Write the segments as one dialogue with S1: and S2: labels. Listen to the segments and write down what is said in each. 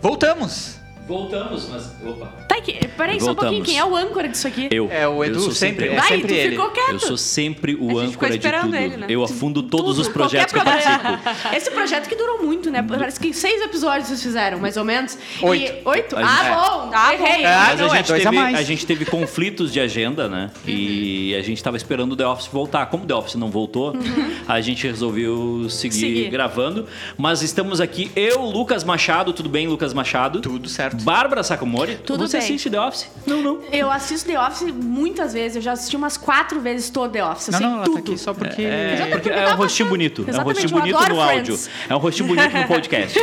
S1: Voltamos!
S2: Voltamos, mas. Opa.
S3: Tá aqui, peraí, só um pouquinho.
S2: Voltamos.
S3: Quem é o âncora disso aqui?
S2: Eu.
S1: É, o
S2: Eu
S1: Edu
S2: sou
S1: sempre,
S2: eu.
S1: é
S3: Vai,
S1: sempre
S3: tu
S1: ele.
S3: Ah, ficou quieto.
S2: Eu sou sempre
S4: A
S2: o
S4: gente ficou
S2: âncora de
S4: esperando
S2: tudo.
S4: ele, né?
S2: Eu afundo todos os
S3: Tudo,
S2: projetos que eu
S3: qualquer
S2: participo.
S3: programa. Esse projeto que durou muito, né? Parece que seis episódios vocês fizeram, mais ou menos.
S1: Oito.
S3: E oito?
S2: A gente-
S3: Ah, bom.
S4: Ah, bom.
S3: Errei.
S1: Ah,
S2: Mas
S1: não,
S2: a,
S1: é
S2: gente
S1: dois a
S2: teve,
S1: mais.
S2: gente teve conflitos de agenda, né? E a gente tava esperando o The Office voltar. Como o The Office não voltou, a gente resolveu seguir,
S3: Seguir.
S2: gravando. Mas estamos aqui, eu, Lucas Machado. Tudo bem, Lucas Machado?
S1: Tudo certo.
S2: Bárbara Sacomori.
S3: Tudo
S2: Você
S3: bem.
S2: assiste The Office? Não, não.
S3: Eu assisto The Office muitas vezes. Eu já assisti umas quatro vezes todo The Office. Eu
S1: Não,
S3: sei
S1: não, ela
S3: tudo.
S1: tá aqui só porque.
S2: É, porque
S3: porque
S2: é
S3: tava
S2: um rostinho
S3: passando.
S2: bonito. É um
S3: Exatamente,
S2: rostinho
S3: eu
S2: bonito
S3: adoro
S2: no áudio.
S3: Friends.
S2: É um rostinho bonito no podcast.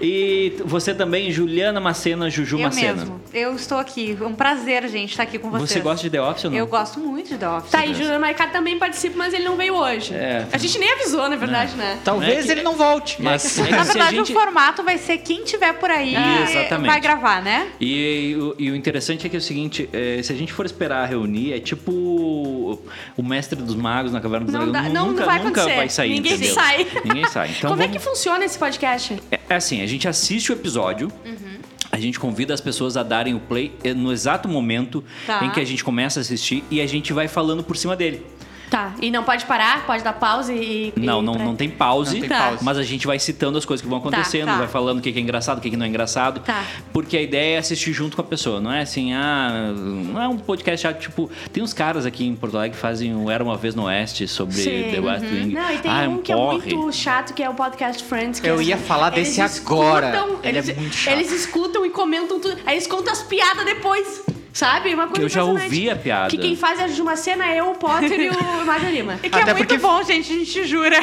S2: E você também, Juliana Macena, Juju
S4: Eu
S2: Macena.
S4: mesmo. Eu estou aqui. É um prazer, gente, estar aqui com vocês.
S2: Você gosta de The Office ou não?
S4: Eu gosto muito de The Office.
S3: Tá, e Júnior Maricá também participa, mas ele não veio hoje.
S2: É.
S3: A gente nem avisou, na verdade, né?
S1: Talvez
S2: É que-
S1: ele não volte, mas.
S2: É que
S4: Na
S2: se a
S4: verdade,
S2: gente-
S4: o formato vai ser quem tiver por aí
S2: Ah,
S4: eh,
S2: exatamente.
S4: vai gravar, né?
S2: E, o- e o interessante é que é o seguinte, é, se a gente for esperar reunir, é tipo o- o mestre dos magos na caverna do
S3: Não
S2: dragão.
S3: dá- não
S2: nunca,
S3: vai
S2: nunca
S3: acontecer.
S2: vai sair,
S3: Ninguém
S2: entendeu?
S3: sai.
S2: Ninguém sai. Então
S3: Como é
S2: vamos-
S3: que funciona esse podcast?
S2: é assim, a gente assiste o episódio.
S3: Uhum.
S2: A gente convida as pessoas a darem o play eh, no exato momento
S4: Tá.
S2: em que a gente começa a assistir e a gente vai falando por cima dele.
S3: Tá, e não pode parar, pode dar pausa e...
S2: Não,
S3: e
S2: não,
S3: pra-
S2: não tem pause,
S1: Não tem Tá. pause.
S2: mas a gente vai citando as coisas que vão acontecendo,
S4: tá.
S2: vai falando o que que é engraçado, o que que não é engraçado.
S3: Tá.
S2: Porque a ideia é assistir junto com a pessoa, não é assim, ah, não é um podcast ah, tipo, tem uns caras aqui em Porto Alegre que fazem o Era uma vez no Oeste sobre
S3: Sim,
S2: The West Wing.
S3: Não, e tem
S2: ah, é
S3: um, que é
S2: porre.
S3: muito chato, que é o podcast Friends. Que
S1: Eu
S3: assim,
S1: ia falar
S3: eles
S1: desse agora.
S3: escutam-
S1: Ele é
S3: eles,
S1: muito chato.
S3: Eles escutam e comentam tudo. Aí eles contam as piadas depois. Sabe? Uma coisa
S2: Eu já
S3: impressionante.
S2: ouvi a piada.
S3: Que quem faz a Jumacena é eu, o Potter e o Mário Lima.
S4: E que
S1: Até
S4: é muito
S1: porque-
S4: bom, gente, a gente jura.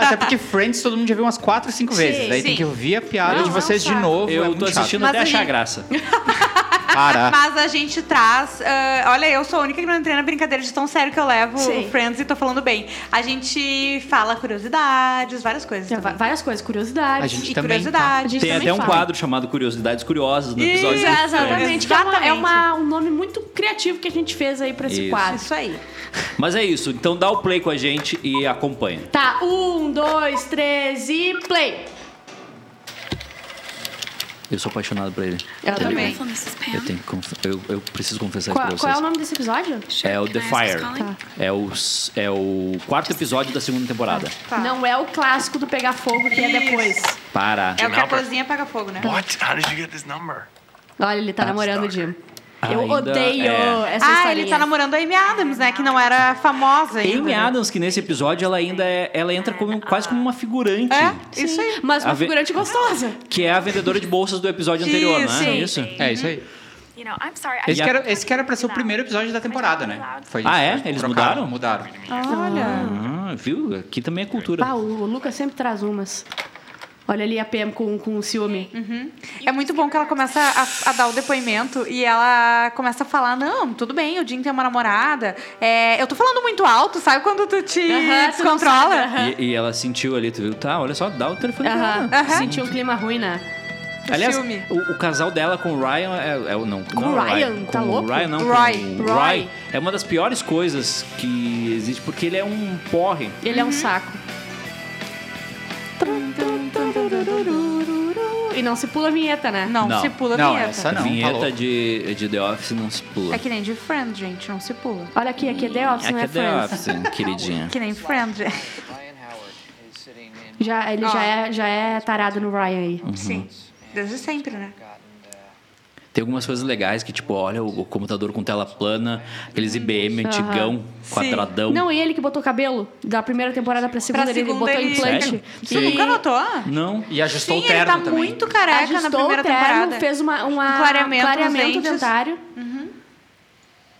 S1: Até porque Friends todo mundo já viu umas 4, 5 vezes.
S3: Tá. Sim,
S1: Daí
S4: sim.
S1: tem que ouvir a piada
S3: Não,
S1: de
S3: não,
S1: vocês de
S3: sabe. tá
S1: novo. é
S2: Eu
S1: muito
S2: tô assistindo
S4: chato.
S2: até
S4: Mas a
S2: achar
S4: gente-
S2: graça.
S1: Chato. Para.
S4: Mas a gente traz. ah, olha, eu sou a única que não entrei na brincadeira de tão sério que eu levo
S3: Sim.
S4: o Friends e tô falando bem. A gente fala curiosidades, várias coisas.
S3: Tem Então, va-
S4: também.
S3: Várias coisas, curiosidades.
S1: A gente
S4: e
S1: também
S4: curiosidades.
S3: tá. A gente
S2: Tem
S3: também
S2: até um
S3: fala.
S2: quadro chamado Curiosidades Curiosas no episódio.
S4: Isso,
S2: do Friends.
S3: Exatamente, que é, uma- é
S4: Exatamente.
S3: uma- um nome muito criativo que a gente fez aí pra esse
S2: Isso.
S3: quadro.
S4: Ah, Isso aí.
S2: Mas é isso, então dá o play com a gente e acompanha.
S3: Tá, um, dois, três e play.
S2: Eu sou apaixonado por ele.
S3: Eu
S2: Ele-
S3: também.
S5: Wonderful, Mrs.
S6: É.
S5: Pam.
S2: Eu, tenho que conf- eu, eu preciso confessar
S3: Qual,
S2: isso pra
S3: qual
S2: vocês.
S3: é o nome desse episódio?
S5: Sure,
S2: É o
S5: can
S2: The
S5: I ask who's
S2: Fire.
S5: calling?
S2: É o, s- é o quarto episódio da segunda temporada.
S4: Tá.
S3: Não é o clássico do pegar fogo que é
S4: Isso.
S3: depois.
S2: Para.
S4: É o que a
S7: Albert.
S4: cozinha paga fogo, né?
S7: What? How did you get this number?
S3: Olha, ele tá namorando o Jim. Eu
S2: Ainda
S3: odeio
S2: é.
S3: essa
S4: Ah,
S3: historinha.
S4: ele tá namorando a Amy Adams, né? Que não era famosa ainda.
S2: Amy
S4: né?
S2: Adams, que nesse episódio ela ainda é, ela entra como, quase como uma figurante,
S4: É,
S3: Sim,
S4: isso aí.
S3: Mas uma
S2: A ve-
S3: figurante gostosa.
S2: que é a vendedora de bolsas do episódio anterior, não é?
S4: Sim.
S2: Isso.
S1: É isso aí.
S5: You know, I'm sorry, I
S1: Esse
S2: a-
S1: que, era, esse que era pra ser o primeiro episódio da temporada, né? Foi
S2: Ah, é?
S1: isso.
S2: Eles
S1: Trocaram,
S2: mudaram?
S1: Mudaram.
S4: Olha.
S2: Ah, viu? Aqui também é cultura.
S3: Ah, o o Lucas sempre traz umas. Olha ali a PM com, com ciúme.
S4: É muito bom que ela começa a, a dar o depoimento e ela começa a falar: não, tudo bem, o Jim tem uma namorada. É, eu tô falando muito alto, sabe? Quando tu te
S3: Aham, tu não sabe,
S4: descontrola.
S3: aham.
S2: E, e ela sentiu ali, tu viu? Tá, olha só, dá o telefone
S3: Aham.
S2: dela.
S3: Sentiu um clima ruim, né?
S2: Aliás,
S4: filme.
S2: o, o casal dela com o Ryan é, é o- não. Com
S3: o Ryan, tá
S2: com
S3: louco?
S2: O Ryan, não,
S4: Roy.
S2: com o
S3: Roy.
S2: Roy. É uma das piores coisas que existe, porque ele é um porre.
S3: Ele é um saco. E não se pula a vinheta, né?
S4: Não,
S2: Ah, Não.
S4: se pula a
S1: Não,
S4: vinheta.
S1: essa não. tá
S2: Vinheta
S1: louco.
S2: de, de The Office não se pula.
S4: É que nem de Friends, gente, não se pula.
S3: Olha aqui, aqui é The Office,
S2: Aqui
S3: não é,
S2: é The
S3: Friends.
S2: Office, queridinha.
S4: Que nem Friends. gente.
S8: Ryan Howard is sitting in.
S3: Já, ele
S4: Ó.
S3: já, é, já é tarado no Ryan aí.
S2: Então-
S4: Sim. Desde sempre, né?
S2: Tem algumas coisas legais que, tipo, olha o, o computador com tela plana, aqueles IBM antigão, quadradão.
S3: Não, e ele que botou cabelo da primeira temporada pra segunda, ele
S4: segunda,
S3: botou
S4: ele-
S3: implante.
S2: Sério?
S4: Tu nunca notou?
S2: Não.
S1: E ajustou
S4: Sim,
S1: o terno
S4: ele tá
S1: também.
S4: muito careca
S3: Ajustou
S4: na primeira
S3: o terno,
S4: temporada.
S3: fez uma, uma-
S4: Um clareamento nos dentes.
S3: dentário.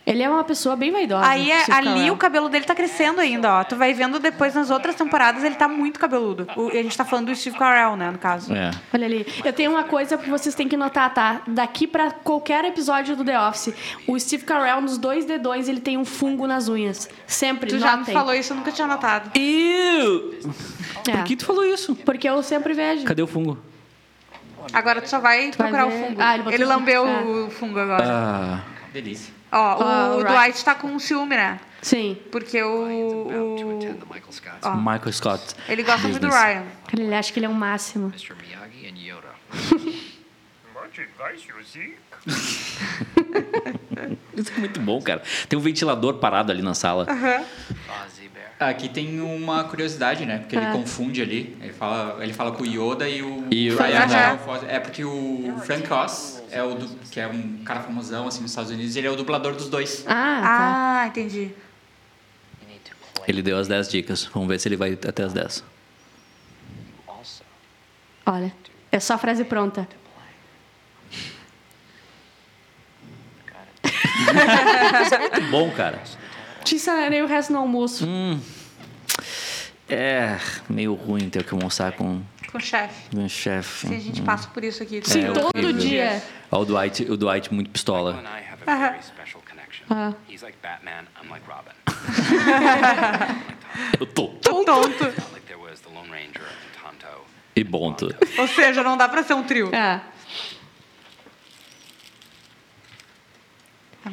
S3: Ele é uma pessoa bem vaidosa.
S4: Aí
S3: não
S4: é-
S3: sei qual
S4: ali
S3: é.
S4: o cabelo dele tá crescendo ainda, ó. Tu vai vendo depois nas outras temporadas ele tá muito cabeludo. O- a gente tá falando do Steve Carell, né, no caso.
S2: É.
S3: Olha ali. Eu tenho uma coisa que vocês têm que notar, tá? Daqui pra qualquer episódio do The Office, o Steve Carell, nos dois dedões, ele tem um fungo nas unhas. Sempre,
S4: Tu já me
S3: notem.
S4: falou isso, eu nunca tinha notado.
S2: Ew!
S3: É.
S4: Tá.
S2: Por que tu falou isso?
S3: Porque eu sempre vejo.
S2: Cadê o fungo?
S4: Agora tu só vai
S3: vai
S4: procurar
S3: ver-
S4: o fungo.
S3: Ah, ele
S4: ele
S3: botou-
S4: lambeu
S3: É.
S4: o fungo agora.
S2: Ah,
S1: Delícia.
S4: Ó,
S3: Ah,
S4: o,
S3: o Ryan.
S4: Dwight tá com um ciúme, né?
S3: Sim.
S4: Porque o.
S8: About to attend the
S4: o-
S8: Michael Scott.
S2: Michael Scott.
S4: ele gosta muito do
S2: Business.
S4: Ryan.
S3: Ele acha que ele é o máximo.
S8: Mr. Miyagi and Yoda.
S5: much advice you seek.
S2: Isso é muito bom, cara. Tem um ventilador parado ali na sala.
S8: Ozzy Bear.
S1: Aqui tem uma curiosidade, né?
S3: Ah.
S1: Porque ele confunde ali. Ele fala, ele fala com o Yoda e o
S2: E o-
S1: Brian
S4: Aham.
S1: Michael Foster. É porque o Frank Oz, é o du- que é um cara famosão assim nos Estados Unidos, ele é o dublador dos dois.
S3: Ah, tá.
S4: Ah, entendi.
S8: You need to play
S2: Ele deu as 10 dicas. Vamos ver se ele vai até as 10.
S8: also.
S3: Olha, é só frase pronta.
S2: Muito bom, cara.
S3: Te ensinarei o resto no almoço.
S2: É meio ruim ter que almoçar com
S4: Com o chefe.
S2: um chefe.
S4: Se a gente passa por isso aqui.
S3: Sim,
S2: é
S3: todo
S2: horrível.
S3: dia.
S2: Ó, o Dwight, o Dwight muito pistola.
S7: and I have a very special connection. He's like Batman, I'm like Robin.
S2: Eu tô
S4: Tô tonto.
S7: Not like there was the Lone Ranger and Tonto.
S2: e bonto.
S4: Ou seja, não dá pra ser um trio.
S3: É.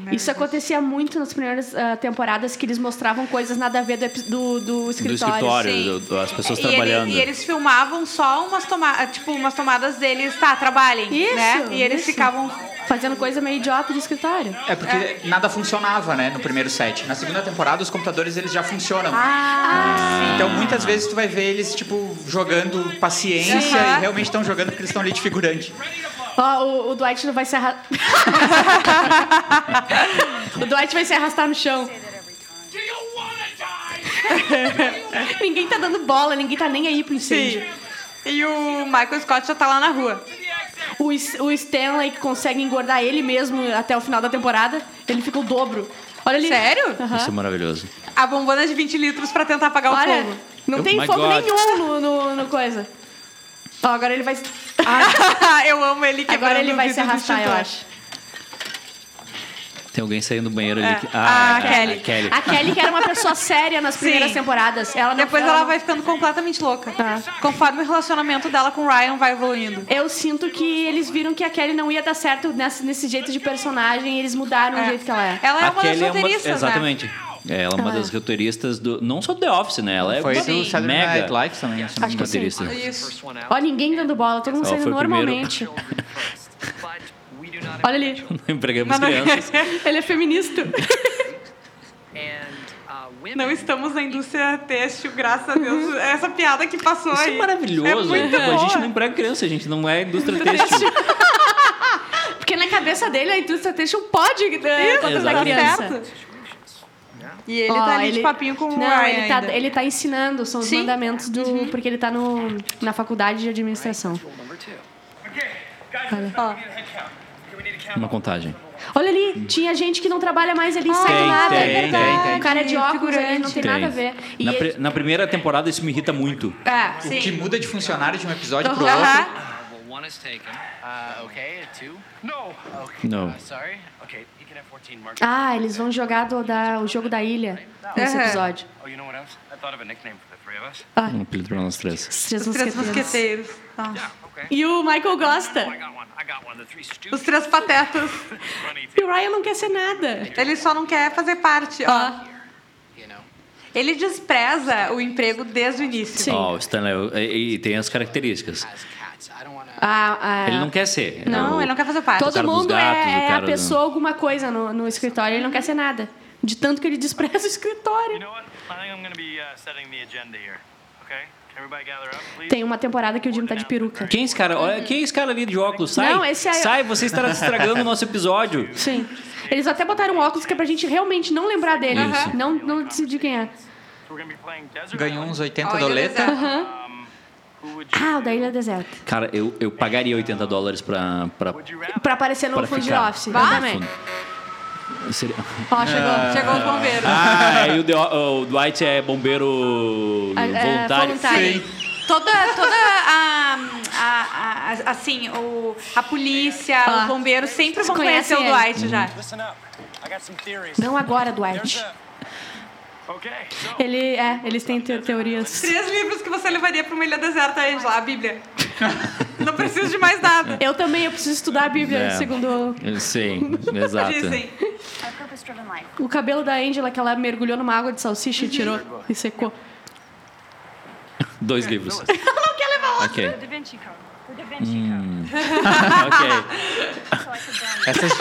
S4: É
S3: Isso acontecia muito nas primeiras ah, temporadas que eles mostravam coisas nada a ver do, epi- do, do
S2: Do
S3: escritório.
S2: escritório,
S4: sim.
S2: do- do- as pessoas
S4: E ele-
S2: trabalhando.
S4: e eles filmavam só umas tomadas, tipo, umas tomadas deles, tá, trabalhem,
S3: Isso,
S4: né? E eles
S3: isso.
S4: ficavam...
S3: Fazendo coisa meio idiota de escritório.
S1: É porque nada funcionava, né, no primeiro set. Na segunda temporada os computadores eles já funcionam.
S3: Ah,
S1: Então muitas vezes tu vai ver eles tipo jogando paciência
S4: Sim.
S1: e realmente estão jogando porque eles estão ali de figurante.
S3: Ó, o, o Dwight não vai se arrastar. o Dwight vai se arrastar no chão. ninguém tá dando bola, ninguém tá nem aí pro incêndio.
S4: E o Michael Scott já tá lá na rua.
S3: O, S- o Stanley que consegue engordar ele mesmo até o final da temporada, ele fica o dobro. Olha ele.
S4: Sério?
S3: Aham.
S2: Isso é maravilhoso.
S4: A bombona de 20 litros pra tentar apagar
S3: Olha,
S4: o fogo.
S3: não
S2: Oh
S3: tem
S2: my
S3: fogo
S2: God.
S3: nenhum no, no, no coisa. Ó, agora ele vai. se-
S4: eu amo ele Ah, quebrando
S3: agora ele
S4: o
S3: vai se
S4: vidro do
S3: arrastar, eu
S4: extintor.
S3: acho.
S2: Tem alguém saindo do banheiro ali.
S4: É.
S2: que-
S4: Ah, Kelly.
S3: A Kelly, é que era uma pessoa séria nas primeiras
S4: Sim.
S3: temporadas, ela não- Tá.
S4: Depois
S3: ela
S4: ela
S3: não-
S4: vai ficando completamente louca. Conforme o relacionamento dela com o Ryan vai evoluindo.
S3: Eu sinto que eles viram que a Kelly não ia dar certo nesse, nesse jeito de personagem e eles mudaram o jeito que ela é.
S4: Ela é uma das
S2: Kelly
S4: roteiristas, né?
S2: Exatamente. É, ela é uma das roteiristas do. Não só do The Office, né? Ela é
S1: Foi
S2: uma
S1: do Saturday
S2: mega
S1: Night Live também. se eu não me
S3: Acho que
S1: engano.
S3: sim.
S2: roteirista.
S8: First one out.
S3: Ó, ninguém dando bola, todo mundo
S2: Ó,
S3: saindo
S2: foi o primeiro.
S3: normalmente.
S8: Children first. But we do not
S3: Olha
S8: employ
S3: ali.
S8: children.
S2: Não empregamos crianças.
S3: Ele é feminista.
S8: And uh, women
S4: Não estamos na indústria têxtil, graças a
S3: Uhum.
S4: Deus. Essa piada que passou
S2: Isso
S4: aí.
S2: é maravilhoso.
S4: É muito
S2: Tipo, a gente não
S4: boa.
S2: emprega criança, a gente não é indústria têxtil.
S3: Porque na cabeça dele a indústria têxtil pode né, contratar
S2: exato.
S3: criança.
S4: Tá E ele
S3: Ó,
S4: tá ali de papinho com
S3: não,
S4: o Ryan
S3: ele tá,
S4: ainda.
S3: ele tá ensinando, são os
S4: Sim.
S3: mandamentos do... Porque ele tá no, na faculdade de administração.
S8: number two.
S5: Okay, guys, we need
S4: Ó.
S5: a head count. Okay, we need a count.
S2: Uma contagem.
S3: Olha ali, tinha gente que não trabalha mais ali, sai
S2: Tem,
S3: do nada.
S2: tem,
S3: é
S2: tem,
S3: verdade.
S2: tem.
S3: O cara é de óculos, ele não tem,
S2: Tem.
S3: nada a ver. E ah,
S2: na,
S3: ele-
S2: pri- na primeira temporada isso me irrita muito.
S4: É,
S1: O que
S4: sim.
S1: muda de funcionário de um episódio pro outro.
S4: Aham.
S8: Uh, well, one is taken. Uh, okay, a two.
S5: No,
S8: Okay.
S2: No.
S8: Uh, sorry.
S7: Okay, you can have 14 mark.
S3: Ah, eles vão jogar do, da, o jogo da ilha nesse
S4: Aham.
S3: episódio.
S7: Oh, you know what else? I thought of a nickname for the three of us.
S2: Um apelido pra nós três.
S3: Os três
S4: Os três
S3: mosqueteiros.
S4: mosqueteiros. tá. Nossa.
S7: Okay.
S3: E o Michael gosta.
S7: I got one. I got one. The three
S4: Os
S7: stooges.
S4: três patetas.
S7: Runny
S3: E o Ryan não quer ser nada.
S4: Ele só não quer fazer parte, ó.
S8: You know.
S4: Ah. Ele despreza o emprego desde o início.
S3: Sim.
S2: Ó, o Stanley e, e tem as características.
S8: as cats. I don't want to.
S3: Ah, ah,
S2: Ele não quer ser.
S4: Não,
S2: É o-
S4: ele não quer fazer parte.
S2: O cara
S3: Todo
S2: dos
S3: mundo
S2: gatos, o
S3: é, é a
S2: cara do-
S3: pessoa alguma coisa no, no escritório, ele não quer ser nada. De tanto que ele despreza o
S7: You
S3: escritório.
S7: know what? I think I'm going to be uh, setting the agenda here. Okay? Everybody gather up, please.
S3: Tem uma temporada que o Jim tá de peruca.
S2: Quem é esse cara? Olha, quem é esse cara ali de óculos? Sai!
S3: Não, esse é-
S2: Sai, você estará estragando o nosso episódio.
S3: Sim. Eles até botaram um óculos que é pra gente realmente não lembrar dele.
S2: Isso.
S3: Não, não decidir quem é.
S7: So we're going to be playing Desert
S1: Ganhou
S7: Island.
S1: uns 80
S4: Olha,
S1: doleta.
S4: Zé.
S7: Who would you,
S3: Ah, o da Ilha Deserta.
S2: Cara, eu, eu pagaria 80 dólares pra. pra,
S7: would you rather?
S3: Pra aparecer no
S2: pra
S3: Food
S2: ficar.
S3: Office. Eu também.
S2: Seria-
S3: Ó, chegou.
S4: Chegou os bombeiros.
S2: Ah, e o, The- o Dwight é bombeiro
S3: Ah, é,
S2: voluntário.
S3: voluntário.
S2: Sim.
S4: Toda, toda a, a- a- a- assim, o, a polícia,
S3: Ah.
S4: os bombeiros sempre vão
S3: Conhecem
S4: conhecer o
S3: ele. Hum.
S4: Dwight já.
S7: Listen up. I got some theories.
S3: Não agora, Dwight.
S7: Okay. So,
S3: Ele, é, eles têm te- teorias.
S4: Três livros que você levaria pra uma ilha deserta, Angela, a Bíblia. Não preciso de mais nada.
S3: Eu também, eu preciso estudar a Bíblia,
S2: É.
S3: segundo
S2: Sim, exato.
S4: Dizem.
S6: A purpose-driven life.
S3: o cabelo da Angela, que ela mergulhou numa água de salsicha e tirou e secou.
S2: Dois livros.
S4: Não quer levar
S2: Ok.
S6: The Da Vinci Code. for Da Vinci Code.
S2: ok.
S6: So I could blame
S1: Essas,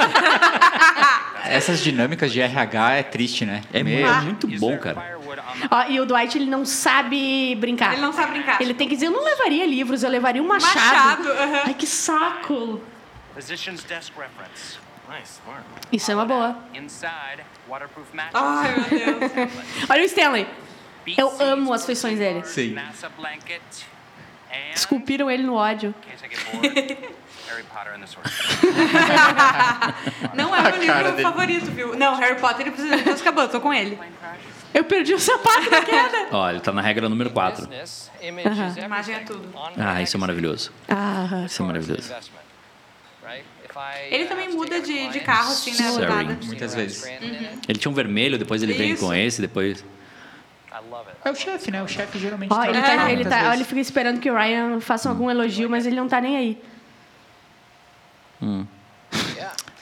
S1: essas dinâmicas de RH é triste, né?
S2: É
S1: Meu,
S2: muito bom, cara.
S3: Ó, e o Dwight, ele não sabe brincar.
S4: Ele não sabe brincar.
S3: Ah. Ele tem que dizer, eu não levaria livros, eu levaria um machado.
S4: Machado, aham.
S3: Ai, que saco.
S7: Physician's desk reference. Nice, smart.
S3: Isso é uma boa.
S8: Inside, waterproof
S4: Ai,
S8: mattress.
S4: meu Deus.
S3: Olha o Stanley.
S8: Beat
S3: Eu
S8: seats
S3: amo
S8: for
S3: as feições dele.
S1: Sim.
S8: NASA blanket. And
S3: Esculpiram ele no ódio.
S8: in case I get bored, Harry Potter and the Sorcerer's
S4: Não é o meu
S1: cara
S4: livro
S1: dele.
S4: favorito, viu? Não, Harry Potter ele precisa de Azkaban, tô com ele.
S3: Eu perdi o sapato da queda.
S2: Ó, ele tá na regra número 4.
S8: Business, image is everything.
S4: Imagem é tudo.
S8: On
S2: Ah, isso é maravilhoso.
S3: Ah,
S2: Isso é maravilhoso.
S8: investment, right? If I,
S4: Ele
S8: uh,
S4: também
S8: have to
S4: muda
S8: take on
S4: de,
S8: a
S4: de
S8: client,
S4: carro, Uhum. assim, né?
S2: Sorry.
S4: do nada.
S1: Muitas
S8: you know,
S1: vezes.
S8: grand in it,
S2: Ele tinha um vermelho, depois ele vem
S4: Isso.
S2: com esse, depois.
S8: I love it.
S1: É o chefe, né? O chefe geralmente
S3: Ó, ele,
S1: trabalha
S3: tá,
S1: muitas
S3: ele, tá,
S1: vezes.
S3: ó, ele fica esperando que o Ryan faça algum elogio, mas ele não tá nem aí.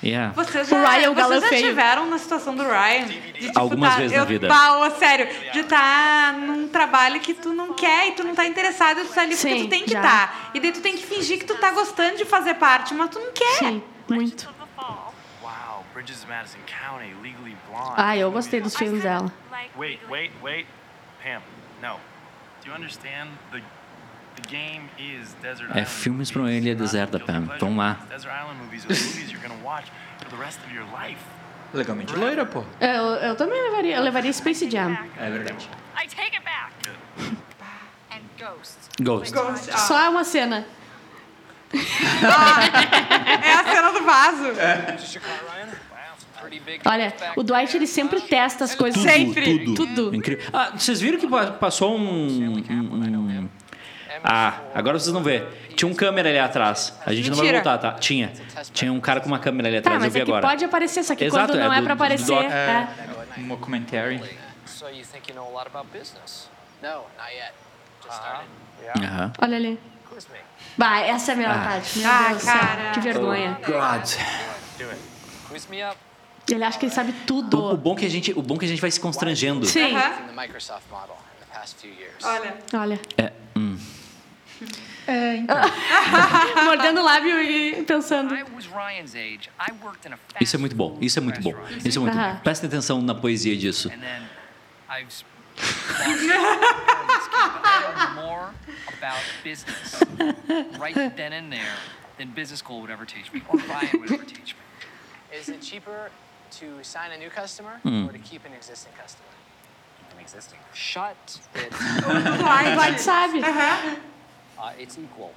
S2: Yeah.
S4: Vocês
S3: O
S4: já,
S3: Ryan é o galã
S4: vocês já
S3: feio.
S4: tiveram na situação do Ryan? De, tipo,
S2: Algumas
S4: tá-
S2: vezes na
S4: eu-
S2: vida.
S4: Bah, ô, sério, de estar num trabalho que tu não quer e tu não tá interessado, tu tá ali porque
S3: Sim,
S4: tu tem que
S3: já.
S4: estar. E daí tu tem que fingir que tu tá gostando de fazer parte, mas tu não quer.
S3: Sim, muito.
S6: of the fall.
S7: Wow, Bridges of Madison County, legally blonde.
S3: Ah, eu gostei dos
S6: I
S3: filmes
S6: kinda
S3: dela.
S6: like
S7: Wait,
S6: legally-
S7: wait, wait. Pam, no. Do you understand? The, the game is Desert
S2: É
S7: Island.
S2: filmes pra
S7: movies,
S2: uma ilha
S7: not
S2: deserta,
S7: guilty
S2: Pam.
S7: pleasure.
S2: Vamos lá.
S7: Desert Island movies are the movies you're gonna watch for the rest of your life.
S1: Legalmente loira, pô.
S3: Eu, É, eu também levaria, eu levaria Space Jam.
S1: É verdade.
S6: I take it back. And ghosts.
S2: Ghost.
S3: Só uma cena.
S4: É a cena do vaso.
S2: É,
S8: Pretty big
S3: Olha,
S8: back
S3: o Dwight, ele sempre testa as coisas.
S2: Tudo,
S4: Sempre.
S2: Tudo.
S3: Tudo.
S2: Incrível. Ah, vocês viram que pa- passou um.
S1: é né?
S2: um- um- Ah, agora vocês vão ver. Tinha um câmera ali atrás. A gente não vai
S4: Mentira.
S2: voltar, tá? Tinha. Tinha um cara com uma câmera ali atrás,
S3: Tá,
S2: eu
S3: mas
S2: vi
S3: é que
S2: agora.
S3: pode aparecer, só que
S2: Exato,
S3: quando não
S2: é
S3: é,
S2: do-
S3: pra
S2: do- do
S3: aparecer.
S2: doc.
S3: é.
S1: Um documentary.
S8: So you think you know a lot about business? Uh-huh. No, not yet. Just started.
S2: Aham.
S3: Olha ali.
S8: Quiz me.
S3: Bah, essa é a melhor parte. Meu
S4: Ah,
S3: Deus do céu,
S4: cara.
S3: Que vergonha.
S8: Quiz me up
S3: Ele acha que ele sabe
S2: Então, O, o
S3: tudo.
S2: bom que a gente, o bom que a gente vai se constrangendo.
S3: Sim.
S4: Aham.
S8: in the Microsoft model in the past few years.
S4: Olha.
S3: Olha.
S2: É, hum.
S3: Mordendo o lábio e pensando.
S8: I was Ryan's age. I worked in a
S2: Isso é muito bom. Isso é muito bom. Isso é muito bom.
S3: Aham.
S2: Prestem atenção na poesia disso.
S8: And then I've sp- lost performance skills, but I know more about business right then and there than business school would ever teach me, or Ryan would ever teach me. Is it cheaper to sign a new customer
S2: Hmm.
S8: or to keep an existing customer? An existing. Shut it.
S3: O Dwight sabe.
S8: Uh, it's equal.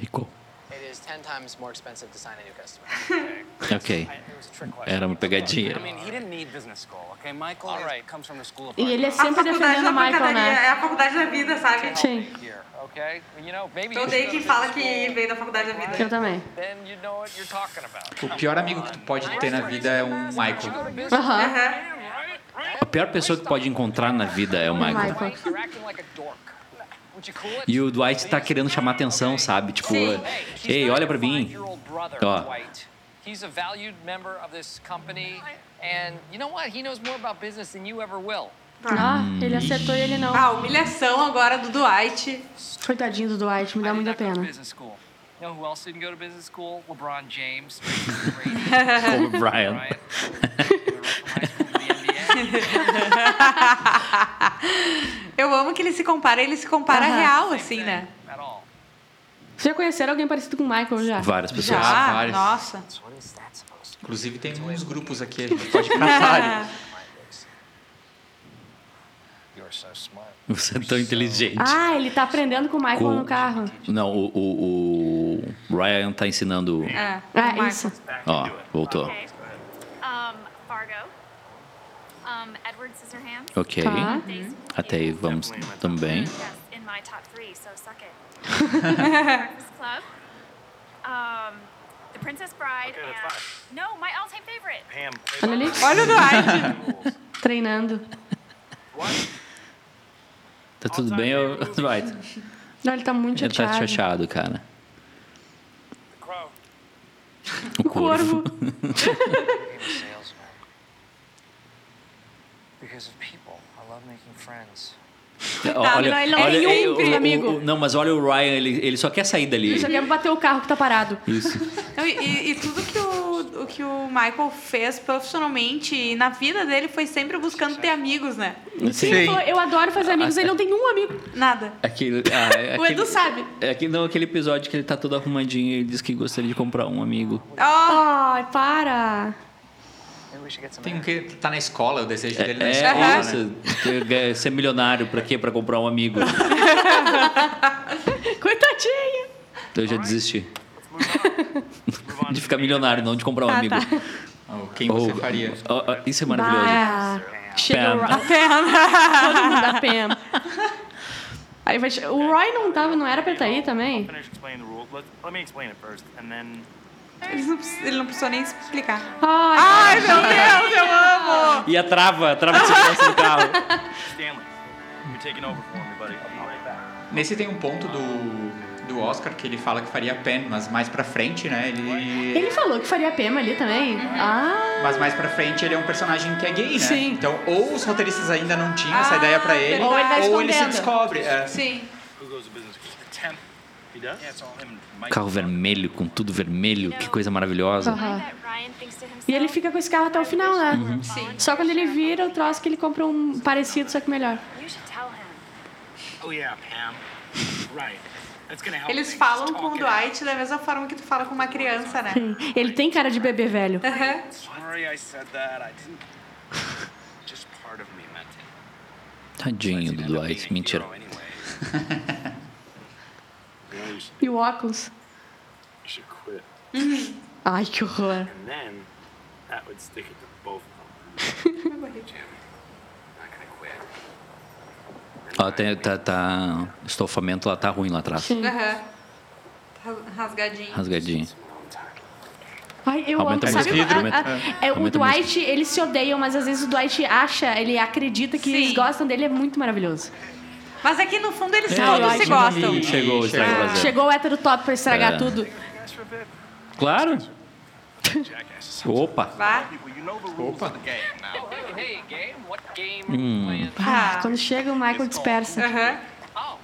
S2: Rico.
S8: It is ten times more expensive to sign a new customer.
S2: Ok.
S8: It was a trick question.
S2: Era uma pegadinha.
S8: he didn't need business school, okay? Michael comes from the school of
S3: E ele é
S4: A
S3: sempre
S4: faculdade
S3: defendendo
S4: da
S3: o Michael,
S4: pancadaria.
S3: né?
S4: É a faculdade da vida, sabe?
S3: Sim,
S8: here, okay? You know, maybe
S4: Eu
S8: you
S4: odeio quem
S8: should go to
S4: fala
S8: business
S4: Então que é
S8: school.
S4: veio da faculdade da vida.
S3: eu também.
S8: Then you know what you're talking about.
S1: O pior amigo que tu pode ter na vida é um Michael.
S3: Aham.
S4: Aham.
S2: A pior pessoa que tu pode encontrar na vida é o Michael.
S3: Michael.
S8: You're acting like a dork. Would you cool it?
S2: E o Dwight tá querendo chamar atenção, sabe? Tipo,
S8: Hey, he's
S2: ei,
S8: not
S2: olha
S8: your
S2: pra mim.
S8: five-year-old brother,
S2: Ó.
S8: Dwight. He's a valued member of this company, and you know what? He knows more about business than you ever will.
S3: Ah, ele acertou e ele não.
S4: A Ah, humilhação agora do Dwight.
S3: Coitadinho do Dwight, me dá
S8: I did
S3: muita
S8: not go to
S3: pena.
S8: business school. You know who else didn't go to business school? LeBron James, Tracy Brady,
S2: Como o Brian.
S8: Bryant. They were from high school to the NBA.
S4: Eu amo que ele se compara, ele se compara
S3: Aham.
S4: real,
S8: Same
S4: assim,
S8: thing
S4: né?
S8: At all.
S3: Vocês já conheceram alguém parecido com o Michael já?
S2: Várias pessoas.
S1: Já,
S4: Já,
S1: vários.
S4: nossa.
S8: What is that supposed to
S1: Inclusive tem uns grupos aqui, a gente pode ir pra Atari.
S8: be? You're so smart.
S2: Você é tão inteligente.
S3: Ah, ele tá aprendendo com o Michael
S2: Com-
S3: no carro.
S2: Não, o, o, o Ryan tá ensinando.
S4: É,
S3: Ah,
S4: Michael.
S3: isso.
S2: Ó, voltou.
S6: Okay. Um, Fargo. Um, Edward Scissorhands.
S2: Ok.
S3: Tá.
S6: Days of
S2: Até aí vamos
S7: Definitely my top
S2: também.
S6: Yes, in my top three, so suck it. Breakfast Club. Um, The Princess Bride.
S7: Okay,
S6: and
S7: that's five.
S6: no, my all-time favorite.
S7: Pam,
S3: Olha ali.
S4: Olha o Dwight.
S3: Treinando.
S2: Tá tudo bem, ô- Dwight?
S3: Não, ele tá muito
S2: Ele tá
S3: chateado.
S2: chateado, cara.
S7: Crow.
S2: O
S3: Corvo.
S8: became a salesman. Because of people, I love making friends.
S2: Olha,
S4: não, ele
S3: não
S2: olha,
S3: tem um
S2: o- o-
S3: amigo.
S2: o- não, mas olha o Ryan, ele, ele só quer sair dali.
S3: Eu já quero bater o carro que tá parado.
S2: Isso.
S4: Não, e- Então, e, e tudo que o, o que o Michael fez profissionalmente e na vida dele foi sempre buscando ter amigos, né?
S2: Assim,
S1: Sim.
S3: Ele falou, eu adoro fazer amigos,
S2: Ah,
S3: ele não tem um amigo.
S4: Nada.
S2: Aquele, ah,
S3: O Edu
S2: aquele-
S3: sabe.
S2: É que, não, aquele episódio que ele tá todo arrumadinho e ele diz que gostaria de comprar um amigo.
S4: Ó,
S3: Ai, para.
S8: Maybe we should get some.
S1: Tem um que tá na escola, o desejo
S2: É,
S1: dele na
S2: é
S1: escola.
S4: aham.
S1: né?
S2: isso. ter- é, Ser milionário, pra quê? Pra comprar um amigo.
S3: Coitadinha.
S2: Então eu já desisti.
S7: Move on
S2: De
S7: to
S2: ficar milionário, não de comprar um
S3: Ah,
S2: amigo.
S1: Ou quem
S2: Ou-
S1: você faria.
S2: ó, ó, isso é maravilhoso.
S3: tá. Ah, chega
S2: Pam.
S3: o Roy. Todo mundo dá Pam. Aí vai che- O Roy não tava, não era pra estar aí também?
S7: finish explaining the rule. Let, let me explain it first, and then
S4: ele não, precis- ele não precisou nem explicar.
S3: Ai,
S4: Ai, meu Deus, eu amo!
S2: E a trava, a trava de segurança do carro.
S7: Stanley, you're taking over for me, buddy. I'll be right back.
S1: Nesse tem um ponto do, do Oscar que ele fala que faria Pen, mas mais pra frente, né? Ele.
S3: ele falou que faria Pam ali também.
S4: Uhum.
S3: Ah,
S1: Mas mais pra frente ele é um personagem que é gay, né?
S3: Sim.
S1: Então, ou os roteiristas ainda não tinham essa ideia pra ele,
S3: Ah, Ou ele tá
S1: ou ele se
S3: escondendo.
S1: descobre. é.
S4: Sim.
S7: Who goes to business school? Temp. He does? Yeah, it's all him. Mike.
S2: Carro vermelho, com tudo vermelho, que coisa maravilhosa.
S3: Aham.
S6: I bet Ryan thinks to himself,
S3: e ele Uh-huh. fica com esse carro até o final, né?
S6: Sim.
S3: Só quando ele vira o troço que ele compra um parecido, só que melhor.
S6: You should tell him.
S5: Oh yeah, Pam. Right. That's gonna help.
S4: Eles
S5: things.
S4: falam
S5: Talk
S4: com o
S5: it
S4: Dwight da mesma forma que tu fala com uma criança, né?
S3: Ele tem cara de bebê velho.
S4: Aham.
S5: out. Sorry, I said that. I didn't. Just part of me meant it.
S2: Tadinho do Dwight, mentira.
S5: Hero anyway. Really, you should-
S3: E o óculos.
S5: you should quit.
S3: Ai, que horror.
S5: And then that would stick it to both of them. Jim, I'm not gonna quit.
S2: Ó, tem- tá, tá, estofamento lá tá ruim lá atrás.
S4: Aham. Tá Rasgadinho.
S2: Rasgadinho.
S3: Ai, eu
S2: Aumenta
S3: amo,
S2: muito
S3: sabe?
S2: o vidro,
S3: A- a-
S2: aumenta-
S3: é, o
S2: aumenta
S3: Dwight, eles se odeiam, mas às vezes o Dwight acha, ele acredita que
S4: Sim.
S3: eles gostam dele, é muito maravilhoso.
S4: Mas aqui no fundo
S3: Ah,
S4: eles
S2: É,
S4: todos
S2: eu
S4: se
S2: acho
S4: gostam.
S2: que Chegou o estrago
S1: Chegou.
S2: brasileiro.
S3: Chegou o hétero top pra estragar
S2: um É.
S3: tudo.
S7: Guys for a bit.
S2: Claro.
S7: Jackasses.
S2: Opa.
S4: Vá.
S7: People, you know the rules of the game now.
S8: Hey, game, what game are we playing?
S3: Ah, é
S4: Ah.
S3: Quando chega, o Michael dispersa.
S4: Aham.
S8: Oh,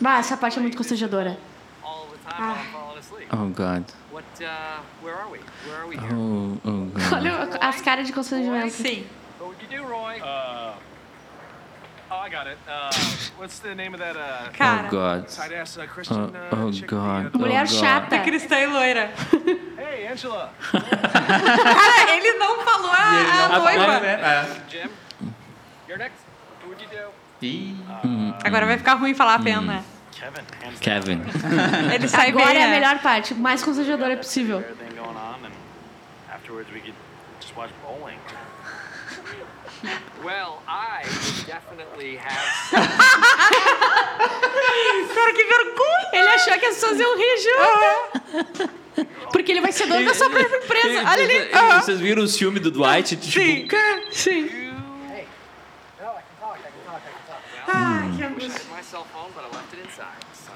S3: Bah, essa parte é muito constrangedora.
S8: all the time while I'm falling asleep.
S2: Oh, God.
S8: What, uh, where are we? Where are we here?
S2: Oh, oh, God.
S3: Olha as caras de constrangimento.
S4: Sim.
S8: What would you do, Roy?
S7: Uh, oh, I got it. Uh, what's the name of that uh,
S2: Oh,
S4: Cara.
S2: God.
S7: side ass uh, Christian? Uh,
S2: Oh, oh,
S7: chick that
S2: God.
S7: you got the-
S3: Mulher
S2: God.
S3: chata.
S4: Tá Cristã e loira.
S7: Hey, Angela.
S4: Cara, ele não falou
S1: E ele
S3: Ah,
S4: a,
S2: Ah,
S1: não
S4: a
S2: tá.
S1: fala,
S4: noiva.
S1: né? É.
S8: Jim, you're next. What would you do?
S1: Ih,
S2: Tá
S4: Agora vai ficar ruim falar a pena.
S7: Kevin. Hands down.
S2: Kevin.
S4: Ele sai bem,
S3: Agora é a
S4: né?
S3: melhor parte, mais constrangedora possível.
S7: Everything going on, and afterwards we could just watch bowling.
S8: Well, I would definitely have.
S4: Cara, que vergonha!
S3: Ele achou que as pessoas iam rir junto. Porque ele vai ser dono da sua própria
S4: é.
S3: empresa. Olha ali.
S4: Aham.
S2: Vocês viram o filme do Dwight? Tipo,
S3: Sim.
S4: Ai, que angústia.
S8: my cell phone, but I left it inside. So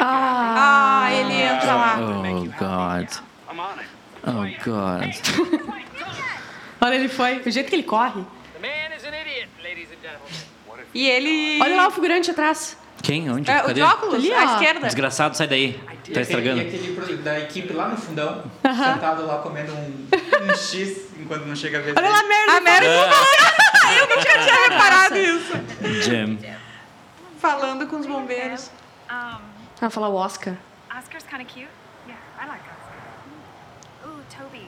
S3: Ah,
S4: Ah, ele entra lá.
S2: oh, God.
S8: I'm on it.
S2: Oh, God.
S3: olha, ele foi. O jeito que ele corre.
S8: The man is an idiot, ladies and gentlemen.
S4: E ele.
S3: Olha lá o figurante atrás.
S2: Quem? Onde?
S4: É, o de
S2: Cadê?
S4: óculos,
S3: Ali,
S4: à
S3: ó.
S4: esquerda.
S2: Desgraçado, sai daí. Tá
S1: E
S2: estragando.
S1: aquele pro- da equipe lá no fundão, sentado lá comendo um, um X enquanto não chega a ver.
S3: Olha lá, merda.
S4: A Mary falando. Eu nunca tinha reparado isso.
S2: Jim.
S4: Falando com os bombeiros.
S6: Um,
S3: Ah, falar o Oscar.
S6: Oscar's kind of cute. Yeah, I like Oscar. Ooh, Toby.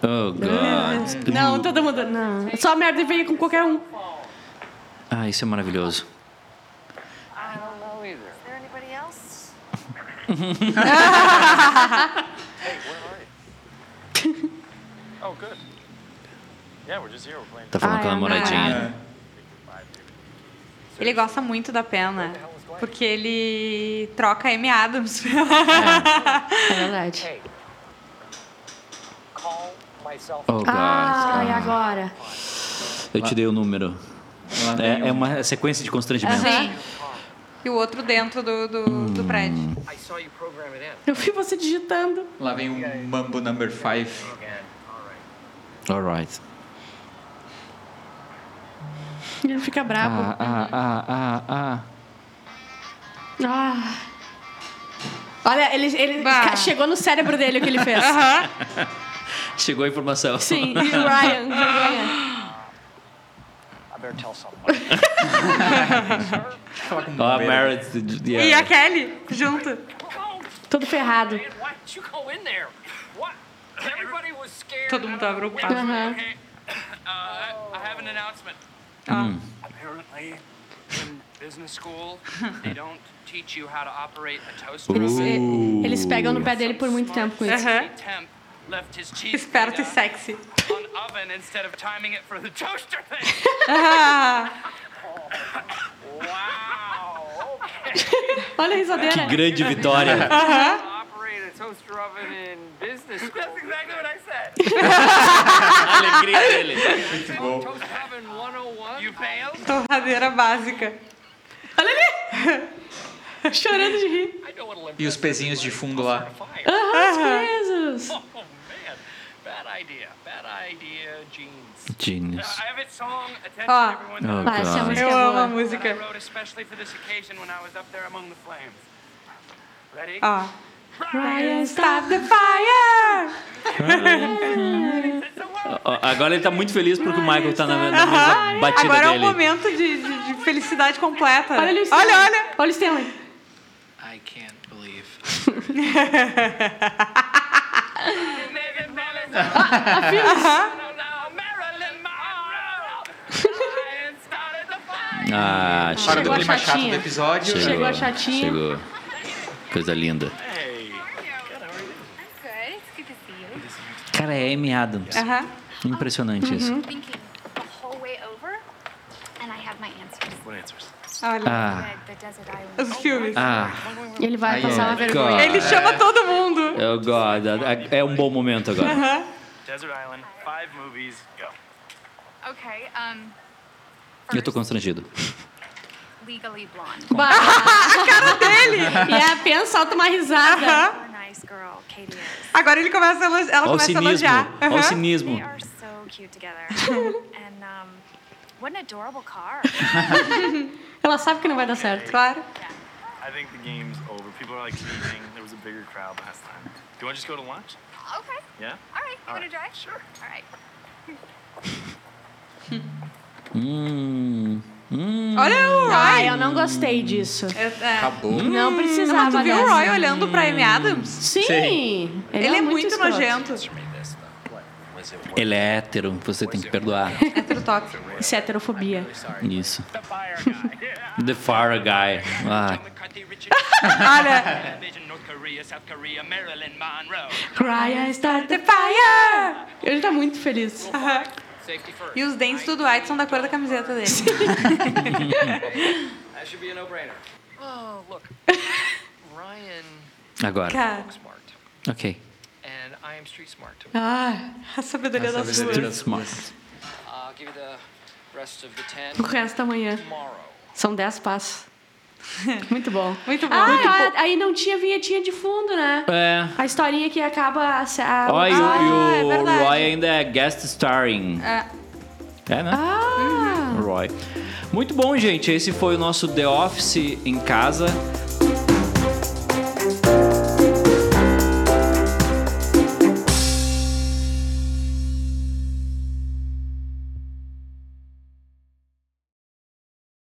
S2: Oh, God.
S3: Não, todo mundo. Não. É Só a merda veio com qualquer um.
S2: Ah, isso é maravilhoso.
S8: I don't know either.
S6: Is there anybody else?
S7: Oh, good. Yeah, we're just here. We're playing.
S2: Tá falando
S3: Ah,
S2: com a
S3: é,
S2: namoradinha.
S4: Ele gosta muito da pena. Porque ele troca M. Adams.
S3: É verdade.
S8: Hey, call my cell phone.
S2: Oh, God.
S3: Ah, e agora?
S2: Eu te dei o número.
S1: Lá tem
S2: É, é
S1: um-
S2: uma sequência de constrangimento.
S4: Sim. E o outro dentro do, do,
S2: Hum.
S4: do prédio.
S8: I saw you program it in.
S3: Eu vi você digitando.
S1: Lá vem um Mambo Number 5.
S8: Again. All right.
S2: Alright.
S3: Ele fica bravo.
S2: Ah, ah, ah, ah, ah.
S3: Ah. Olha, ele, ele
S4: Bah.
S3: ca- chegou no cérebro dele o que ele fez.
S2: Chegou a informação.
S3: Sim, e o Ryan, vergonha.
S8: I better tell someone.
S1: Falar com o
S2: Ó, a
S1: bombeiro.
S2: Meredith.
S4: E
S2: yeah.
S4: a Kelly, junto.
S8: oh,
S3: Todo ferrado.
S8: man, why did you go in there? What? Everybody was scared.
S4: Todo mundo tava preocupado.
S3: Aham.
S8: Okay. Uh, I have an announcement. Um, Apparently, in business school, they don't teach you how to operate a toaster.
S3: Eles,
S4: eh,
S3: e- eles pegam no pé dele por muito tempo com isso.
S4: Aham.
S8: Temp left his cheese
S4: Esperto e
S8: pita
S4: sexy.
S8: on oven instead of timing it for the toaster thing.
S4: Ah,
S8: wow.
S3: Olha a risadeira.
S2: Grande vitória.
S8: Operate a toaster oven in business school. That's exactly what I said.
S2: a alegria dele.
S8: Toaster oven 101. You failed?
S4: Torradeira básica.
S3: Olha ele! Chorando de rir.
S8: I know what'll
S1: E os pezinhos de fundo lá.
S8: fire.
S3: Aham, os presos.
S8: Oh man, bad idea, bad idea, jeans.
S2: Genius.
S8: I have a song, attention
S4: Ah.
S8: everyone.
S2: Oh,
S8: that
S3: Ah, essa
S2: God.
S3: música
S4: Eu
S3: é
S4: amo
S3: boa.
S4: a
S8: I
S4: música.
S8: wrote especially for this occasion when I was up there among the flames. Ready?
S4: Ó.
S3: Ryan
S4: Stop the fire!
S8: It's a world.
S2: Ó, Agora ele tá muito feliz porque o Michael tá na, na mesa batida
S4: Agora é o
S2: dele.
S4: momento de, de- de felicidade completa.
S3: Olha ele, o
S4: olha,
S3: Stanley.
S4: olha.
S3: Olha o Stanley.
S8: I can't believe.
S4: é
S1: Para
S2: Ah,
S1: do
S3: Chegou a
S1: clima chato
S3: chatinha.
S1: do episódio.
S3: Chegou. a chatinha.
S2: Chegou. Coisa linda.
S6: I'm good. It's good to see you.
S2: Cara, é Amy Adams.
S4: Aham.
S2: Impressionante
S4: Uhum.
S2: isso.
S6: thinking the whole way over, and I have my answers.
S7: What answers?
S4: Olha.
S2: Ah,
S6: The, the desert island.
S4: Os filmes.
S2: ah, É.
S3: Ele vai
S1: Aí,
S3: passar
S1: ó.
S3: uma vergonha.
S2: God.
S4: Ele chama todo mundo.
S2: Eu gosto. É um bom momento agora.
S4: Aham.
S7: Desert Island, five movies, go.
S6: Okay. Um.
S2: Eu tô constrangido.
S6: Legally blonde.
S3: Bah. E a Pen solta uma risada.
S4: Aham.
S6: What a nice girl Katie is.
S4: Agora ele começa a elogiar.
S2: Olha
S4: Ela
S2: o
S4: começa a
S2: cinismo.
S4: elogiar.
S2: Olha o
S4: Aham.
S2: cinismo.
S6: They are so cute together. and um, what an adorable car.
S3: Ela sabe que não vai dar certo.
S4: Claro.
S7: I think the game's over. People are like leaving. There was a bigger crowd last time. Do you want to just go to lunch?
S6: okay.
S7: Yeah?
S6: All right. You
S7: All
S6: want to drive?
S7: right.
S6: Sure. All right.
S2: Hum. Hum.
S4: Olha o
S3: Ai,
S4: Roy.
S3: eu não gostei disso.
S4: É, é.
S1: Acabou.
S3: Não precisava
S4: Mas tu viu o
S3: dessa.
S4: Roy olhando pra Amy Adams?
S3: Sim.
S1: Sim.
S3: Hum. Ele, é, muito, escroto.
S4: nojento.
S2: Ele é hétero, você tem que perdoar.
S4: Hétero top.
S3: Isso é heterofobia.
S2: Isso. The Far Guy. Ah,
S4: Olha.
S3: Ryan start the
S4: Fire!
S3: Ele tá muito feliz.
S8: Safety first.
S4: E os dentes do Dwight são da cor da camiseta dele.
S8: That should be a no-brainer. Oh, look. Ryan
S2: agora.
S4: Cara,
S8: smart,
S2: Ok.
S8: and I am street smart.
S3: Ah,
S4: a sabedoria das
S1: Sabedoria
S4: ruas.
S1: das
S2: Smart.
S4: assim.
S8: I'll give you the rest of the
S3: o
S8: 10
S3: resto da manhã.
S8: tomorrow.
S3: São 10 passos. Muito bom.
S4: Muito bom.
S3: Ah,
S4: Muito
S3: ah, aí não tinha vinhetinha de fundo, né?
S2: É.
S3: A historinha que acaba... A, a,
S2: Ó, e o,
S3: ah,
S2: e o
S4: é verdade.
S2: Roy ainda é guest starring.
S4: É.
S2: É, né?
S3: ah.
S2: Roy. Muito bom, gente. Esse foi o nosso The Office em casa.